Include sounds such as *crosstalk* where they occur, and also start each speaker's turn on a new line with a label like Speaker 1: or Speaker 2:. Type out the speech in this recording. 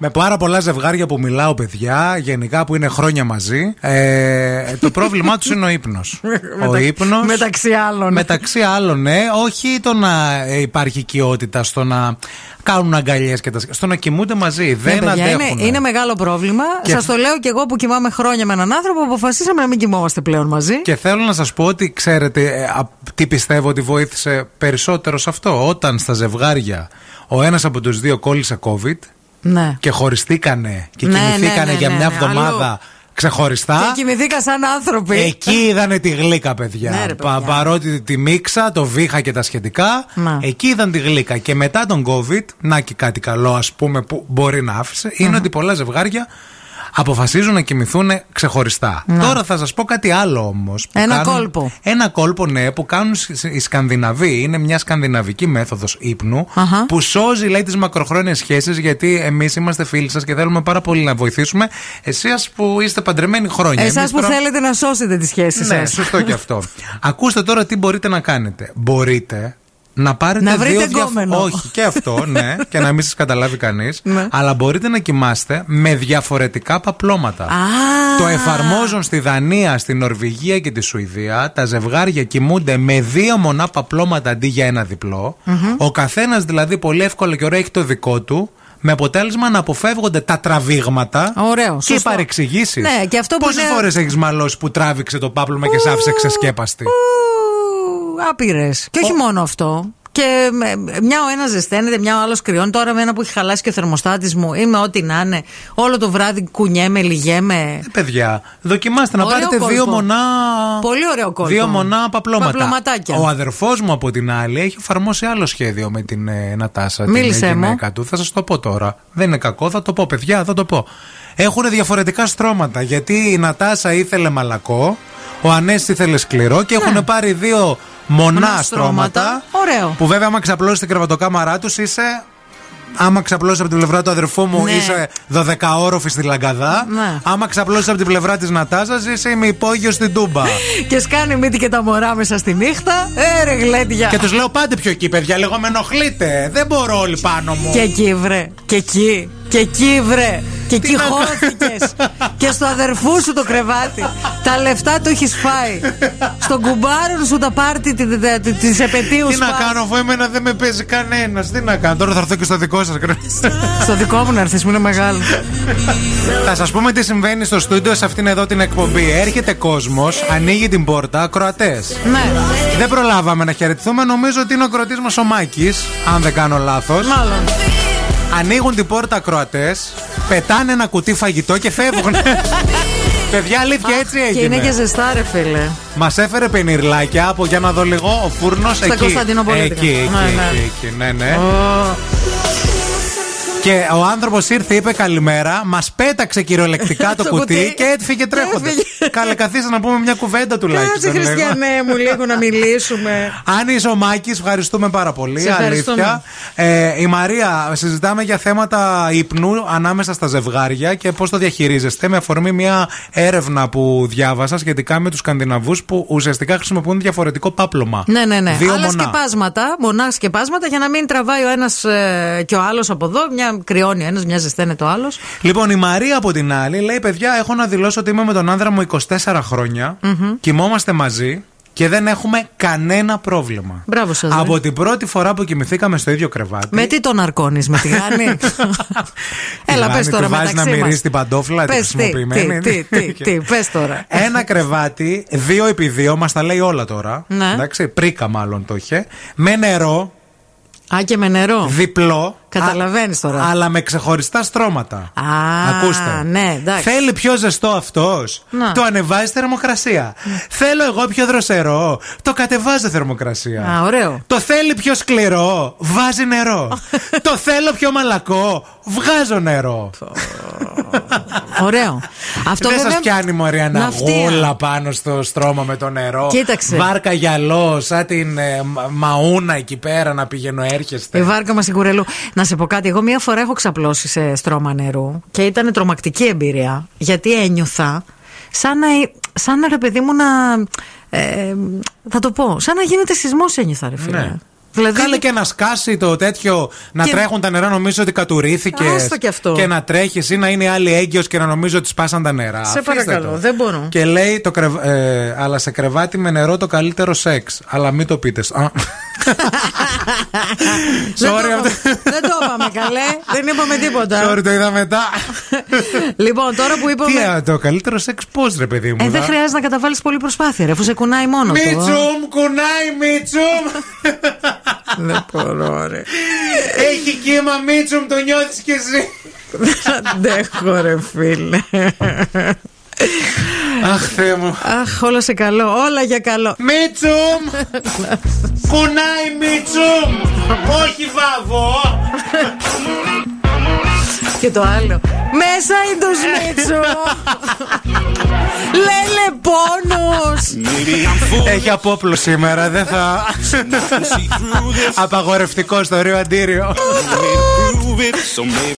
Speaker 1: Με πάρα πολλά ζευγάρια που μιλάω, παιδιά, γενικά που είναι χρόνια μαζί, ε, το πρόβλημά τους είναι ο ύπνος. ο
Speaker 2: *laughs* Μετα-
Speaker 1: ύπνος.
Speaker 2: Μεταξύ άλλων.
Speaker 1: Μεταξύ άλλων, ναι, όχι το να ε, υπάρχει οικειότητα στο να κάνουν αγκαλιές και τα. σ- στο να κοιμούνται μαζί.
Speaker 2: Ναι,
Speaker 1: Δεν
Speaker 2: παιδιά,
Speaker 1: αντέχουν.
Speaker 2: είναι, είναι μεγάλο πρόβλημα.
Speaker 1: Και-
Speaker 2: Σας Σα το λέω και εγώ που κοιμάμαι χρόνια με έναν άνθρωπο. Αποφασίσαμε να μην κοιμόμαστε πλέον μαζί.
Speaker 1: Και θέλω να σας πω ότι ξέρετε ε, α, τι πιστεύω ότι βοήθησε περισσότερο σε αυτό. Όταν στα ζευγάρια ο ένας από τους δύο κόλλησε COVID
Speaker 2: Ναι.
Speaker 1: και χωριστήκανε και
Speaker 2: Ναι,
Speaker 1: κοιμηθήκανε
Speaker 2: ναι, ναι,
Speaker 1: για
Speaker 2: ναι,
Speaker 1: μια
Speaker 2: ναι,
Speaker 1: εβδομάδα
Speaker 2: αλλού.
Speaker 1: ξεχωριστά.
Speaker 2: Και κοιμηθήκα σαν άνθρωποι.
Speaker 1: Εκεί είδανε τη γλύκα, παιδιά.
Speaker 2: Ναι, ρε, παιδιά.
Speaker 1: Πα- παρότι τη μίξα, το βήχα και τα σχετικά,
Speaker 2: Να.
Speaker 1: εκεί είδαν τη γλύκα. Και μετά τον COVID, να και κάτι καλό, ας πούμε, που μπορεί να άφησε, είναι ότι πολλά ζευγάρια αποφασίζουν να κοιμηθούν ξεχωριστά. Τώρα θα σας πω κάτι άλλο όμως.
Speaker 2: Ναι. Ένα κόλπο.
Speaker 1: Ένα κόλπο, ναι, που κάνουν σ- σ- οι Σκανδιναβοί. Είναι μια σκανδιναβική μέθοδος ύπνου
Speaker 2: Αχα.
Speaker 1: που σώζει, λέει, τις μακροχρόνιες σχέσεις, γιατί εμείς είμαστε φίλοι σας και θέλουμε πάρα πολύ να βοηθήσουμε. Εσεί που είστε παντρεμένοι χρόνια.
Speaker 2: Εσάς
Speaker 1: Εμείς
Speaker 2: που
Speaker 1: τώρα-
Speaker 2: θέλετε να σώσετε τη σχέση
Speaker 1: ναι,
Speaker 2: σας
Speaker 1: σωστό και αυτό. Ακούστε τώρα τι μπορείτε να κάνετε. Μπορείτε να πάρετε
Speaker 2: Να βρείτε
Speaker 1: δύο διαφορετικά.
Speaker 2: γκόμενο.
Speaker 1: Όχι, και αυτό, ναι, και να μην σας καταλάβει κανείς.
Speaker 2: Ναι.
Speaker 1: Αλλά μπορείτε να κοιμάστε με διαφορετικά παπλώματα. Το εφαρμόζουν στη Δανία, στη Νορβηγία και τη Σουηδία. Τα ζευγάρια κοιμούνται με δύο μονά παπλώματα αντί για ένα διπλό. Ο καθένας δηλαδή πολύ εύκολα και ωραία έχει το δικό του. Με αποτέλεσμα να αποφεύγονται τα τραβήγματα
Speaker 2: Ωραίο,
Speaker 1: και οι
Speaker 2: σωστό.
Speaker 1: παρεξηγήσεις.
Speaker 2: Ναι, και αυτό που
Speaker 1: Πόσες
Speaker 2: είναι-
Speaker 1: φορές έχεις μαλώσει που τράβηξε το πάπλωμα και σε άφησε ξεσκέπαστη.
Speaker 2: Άπειρες. Και όχι μόνο αυτό. Και με- μια ο ένας ζεσταίνεται, μια ο άλλος κρυώνει. Τώρα με ένα που έχει χαλάσει και ο θερμοστάτης μου, είμαι ό,τι να είναι. Όλο το βράδυ κουνιέμαι, λιγέμαι.
Speaker 1: Ε, παιδιά, δοκιμάστε να
Speaker 2: Ναι. Ωραίο
Speaker 1: πάρετε δύο
Speaker 2: κόλπο.
Speaker 1: μονά.
Speaker 2: Πολύ ωραίο κόλπο.
Speaker 1: Δύο μονά παπλώματα.
Speaker 2: Παπλωματάκια.
Speaker 1: Ο αδερφός μου από την άλλη έχει εφαρμόσει άλλο σχέδιο με την ε, Νατάσα,
Speaker 2: Μίλησέ
Speaker 1: την ε,
Speaker 2: μου.
Speaker 1: γυναίκα του. Θα σας το πω τώρα. Δεν είναι κακό, θα το πω, παιδιά, θα το πω. Έχουν διαφορετικά στρώματα γιατί η Νατάσα ήθελε μαλακό, ο Ανέστη ήθελε σκληρό και έχουν πάρει δύο μονά
Speaker 2: Ναι. Μονά στρώματα.
Speaker 1: στρώματα.
Speaker 2: Ωραίο.
Speaker 1: Που βέβαια, άμα ξαπλώσει την κρεβατοκάμαρά τους, είσαι Άμα ξαπλώσει από την πλευρά του αδερφού μου,
Speaker 2: Ναι.
Speaker 1: είσαι 12 όροφη στη Λαγκαδά.
Speaker 2: Ναι.
Speaker 1: Άμα ξαπλώσει από την πλευρά της Νατάζας, είσαι με υπόγειο στην
Speaker 2: *laughs*
Speaker 1: Τούμπα.
Speaker 2: Και σκάνει μύτη και τα μωρά μέσα στη νύχτα. Έρε γλέντια.
Speaker 1: και τους λέω πάντε πιο εκεί, παιδιά. Λέγω με ενοχλείτε. Δεν μπορώ όλοι πάνω μου.
Speaker 2: Και εκεί βρε. Και εκεί. Και εκεί βρε. Και εκεί
Speaker 1: να κάνω.
Speaker 2: χώθηκες. και στο αδερφού σου το κρεβάτι. τα λεφτά του έχεις φάει. Στον κουμπάρον σου τα πάρτι τη επαιτίους
Speaker 1: Τι
Speaker 2: σου.
Speaker 1: να κάνω, αφού εμένα δεν με παίζει κανένας. Τι να κάνω, τώρα θα έρθω και στο δικό σας.
Speaker 2: Στο δικό μου να έρθεις, μου είναι μεγάλο.
Speaker 1: θα σας πούμε τι συμβαίνει στο στούντιο σε αυτήν εδώ την εκπομπή. Έρχεται κόσμος, ανοίγει την πόρτα, ακροατές.
Speaker 2: ναι,
Speaker 1: δεν προλάβαμε να χαιρετηθούμε. Νομίζω ότι είναι ο κροτή μας ο Μάκης, αν δεν κάνω λάθος.
Speaker 2: μάλλον.
Speaker 1: Ανοίγουν την πόρτα ακροατές, πετάνε ένα κουτί φαγητό και φεύγουν.
Speaker 2: *laughs*
Speaker 1: Παιδιά, αλήθεια έτσι
Speaker 2: Και είναι και
Speaker 1: έγινε.
Speaker 2: ζεστά, ρε φίλε.
Speaker 1: Μας έφερε πενιρλάκια από για να δω λίγο ο φούρνος εκεί.
Speaker 2: Κωνσταντινοπολίτικα.
Speaker 1: Εκεί, εκεί,
Speaker 2: Ναι, ναι.
Speaker 1: εκεί, εκεί, ναι, ναι.
Speaker 2: Ε,
Speaker 1: Και ο άνθρωπος ήρθε, είπε καλημέρα, μας πέταξε κυριολεκτικά το
Speaker 2: *laughs* Το
Speaker 1: κουτί
Speaker 2: κουτί.
Speaker 1: και έφυγε τρέχοντα.
Speaker 2: Έφυγε.
Speaker 1: Καλέ, καθίστε να πούμε μια κουβέντα
Speaker 2: Κάτσε,
Speaker 1: τουλάχιστον. λίγο.
Speaker 2: Χριστιανέ μου, λίγο να μιλήσουμε.
Speaker 1: Αν είσαι ο Μάκης, ευχαριστούμε πάρα πολύ.
Speaker 2: Σε ευχαριστούμε.
Speaker 1: Αλήθεια. Ε, η Μαρία, συζητάμε για θέματα ύπνου ανάμεσα στα ζευγάρια και πώς το διαχειρίζεστε. Με αφορμή μια έρευνα που διάβασα σχετικά με τους Σκανδιναβούς που ουσιαστικά χρησιμοποιούν διαφορετικό πάπλωμα.
Speaker 2: Ναι, ναι, ναι.
Speaker 1: Δύο
Speaker 2: Άλλα
Speaker 1: μονά.
Speaker 2: σκεπάσματα, μονά σκεπάσματα για να μην τραβάει ο ένας και ο άλλος από εδώ. Μια κρυώνει ο ένας, μια ζεσταίνεται ο άλλος.
Speaker 1: Λοιπόν, η Μαρία από την άλλη λέει: Παιδιά, έχω να δηλώσω ότι είμαι με τον άνδρα μου 24 χρονια Κοιμόμαστε μαζί και δεν έχουμε κανένα πρόβλημα.
Speaker 2: Μπράβο σας, ε. ρε.
Speaker 1: Από την πρώτη φορά που κοιμηθήκαμε στο ίδιο κρεβάτι.
Speaker 2: Με τι τον αρκώνεις, με τη
Speaker 1: *laughs*
Speaker 2: γάνη. ναι. Έλα,
Speaker 1: Τη
Speaker 2: πε
Speaker 1: Βάνη
Speaker 2: τώρα
Speaker 1: τη βάζει
Speaker 2: μεταξύ
Speaker 1: να
Speaker 2: μας.
Speaker 1: μυρίσει την παντόφλα, τη
Speaker 2: Πες τι,
Speaker 1: χρησιμοποιημένη.
Speaker 2: Τι, τι,
Speaker 1: *laughs*
Speaker 2: τι, τι, πες τώρα.
Speaker 1: Ένα κρεβάτι, δύο επί δύο, μας τα λέει όλα τώρα.
Speaker 2: Ναι.
Speaker 1: Εντάξει, πρίκα μάλλον το είχε. Με νερό,
Speaker 2: Α, και με νερό.
Speaker 1: διπλό.
Speaker 2: Καταλαβαίνεις τώρα.
Speaker 1: α- Αλλά με ξεχωριστά στρώματα.
Speaker 2: Α,
Speaker 1: Ακούστε.
Speaker 2: ναι, εντάξει.
Speaker 1: Θέλει πιο ζεστό αυτός.
Speaker 2: Να.
Speaker 1: Το ανεβάζει θερμοκρασία. Θέλω εγώ πιο δροσερό. Το κατεβάζει θερμοκρασία.
Speaker 2: Α, ωραίο.
Speaker 1: Το θέλει πιο σκληρό. Βάζει
Speaker 2: *laughs*
Speaker 1: νερό. το θέλω πιο μαλακό. Βγάζω νερό.
Speaker 2: Ωραίο. Αυτό
Speaker 1: δεν σας
Speaker 2: βέβαια-
Speaker 1: πιάνει μωρή
Speaker 2: Ναυτία.
Speaker 1: αναγούλα πάνω στο στρώμα με το νερό.
Speaker 2: Κοίταξε.
Speaker 1: Βάρκα γυαλό, σαν την ε, μα- μαούνα εκεί πέρα να πηγαίνω έρχεστε.
Speaker 2: Η βάρκα μας η κουρελού. Να σε πω κάτι. Εγώ μία φορά έχω ξαπλώσει σε στρώμα νερού και ήταν τρομακτική εμπειρία. Γιατί ένιωθα σαν να, σαν να ρε παιδί μου να. ε, θα το πω. Σαν να γίνεται σεισμός ένιωθα, ρε φίλε.
Speaker 1: Ναι. Δηλαδή... Κάλε και να σκάσει το τέτοιο, να και... τρέχουν τα νερά, νομίζω ότι κατουρίθηκε.
Speaker 2: Άστο και αυτό.
Speaker 1: Και να τρέχεις ή να είναι άλλη έγκυος και να νομίζω ότι σπάσαν τα νερά.
Speaker 2: Σε
Speaker 1: Αφήστε
Speaker 2: παρακαλώ,
Speaker 1: το.
Speaker 2: δεν μπορώ.
Speaker 1: Και λέει, το κρεβ... ε, αλλά σε κρεβάτι με νερό το καλύτερο σεξ. Αλλά μην το πείτε.
Speaker 2: *laughs* δεν, το είπαμε, δεν το είπαμε καλέ. Δεν είπαμε τίποτα.
Speaker 1: Sorry, το είδα
Speaker 2: *laughs*
Speaker 1: μετά.
Speaker 2: λοιπόν, τώρα που είπαμε.
Speaker 1: Τι, το καλύτερο σεξ πώ ρε παιδί μου.
Speaker 2: Ε, δεν χρειάζεται να καταβάλεις πολύ προσπάθεια, ρε, αφού σε κουνάει μόνο του.
Speaker 1: Μίτσουμ, κουνάει,
Speaker 2: *laughs*
Speaker 1: Μίτσουμ.
Speaker 2: Δεν μπορώ, ρε.
Speaker 1: Έχει κύμα, Μίτσουμ, το νιώθεις κι εσύ.
Speaker 2: Δεν αντέχω, ρε φίλε.
Speaker 1: Αχ, Θεέ μου.
Speaker 2: Αχ, όλα σε καλό. Όλα για καλό.
Speaker 1: Μίτσουμ! Κουνάει, Μίτσουμ! Όχι, βάβο!
Speaker 2: Και το άλλο. Μέσα είναι το *laughs* Σμίτσο! Λέλε πόνος
Speaker 1: Έχει απόπλο σήμερα Δεν θα Απαγορευτικό στο Ρίο Αντίριο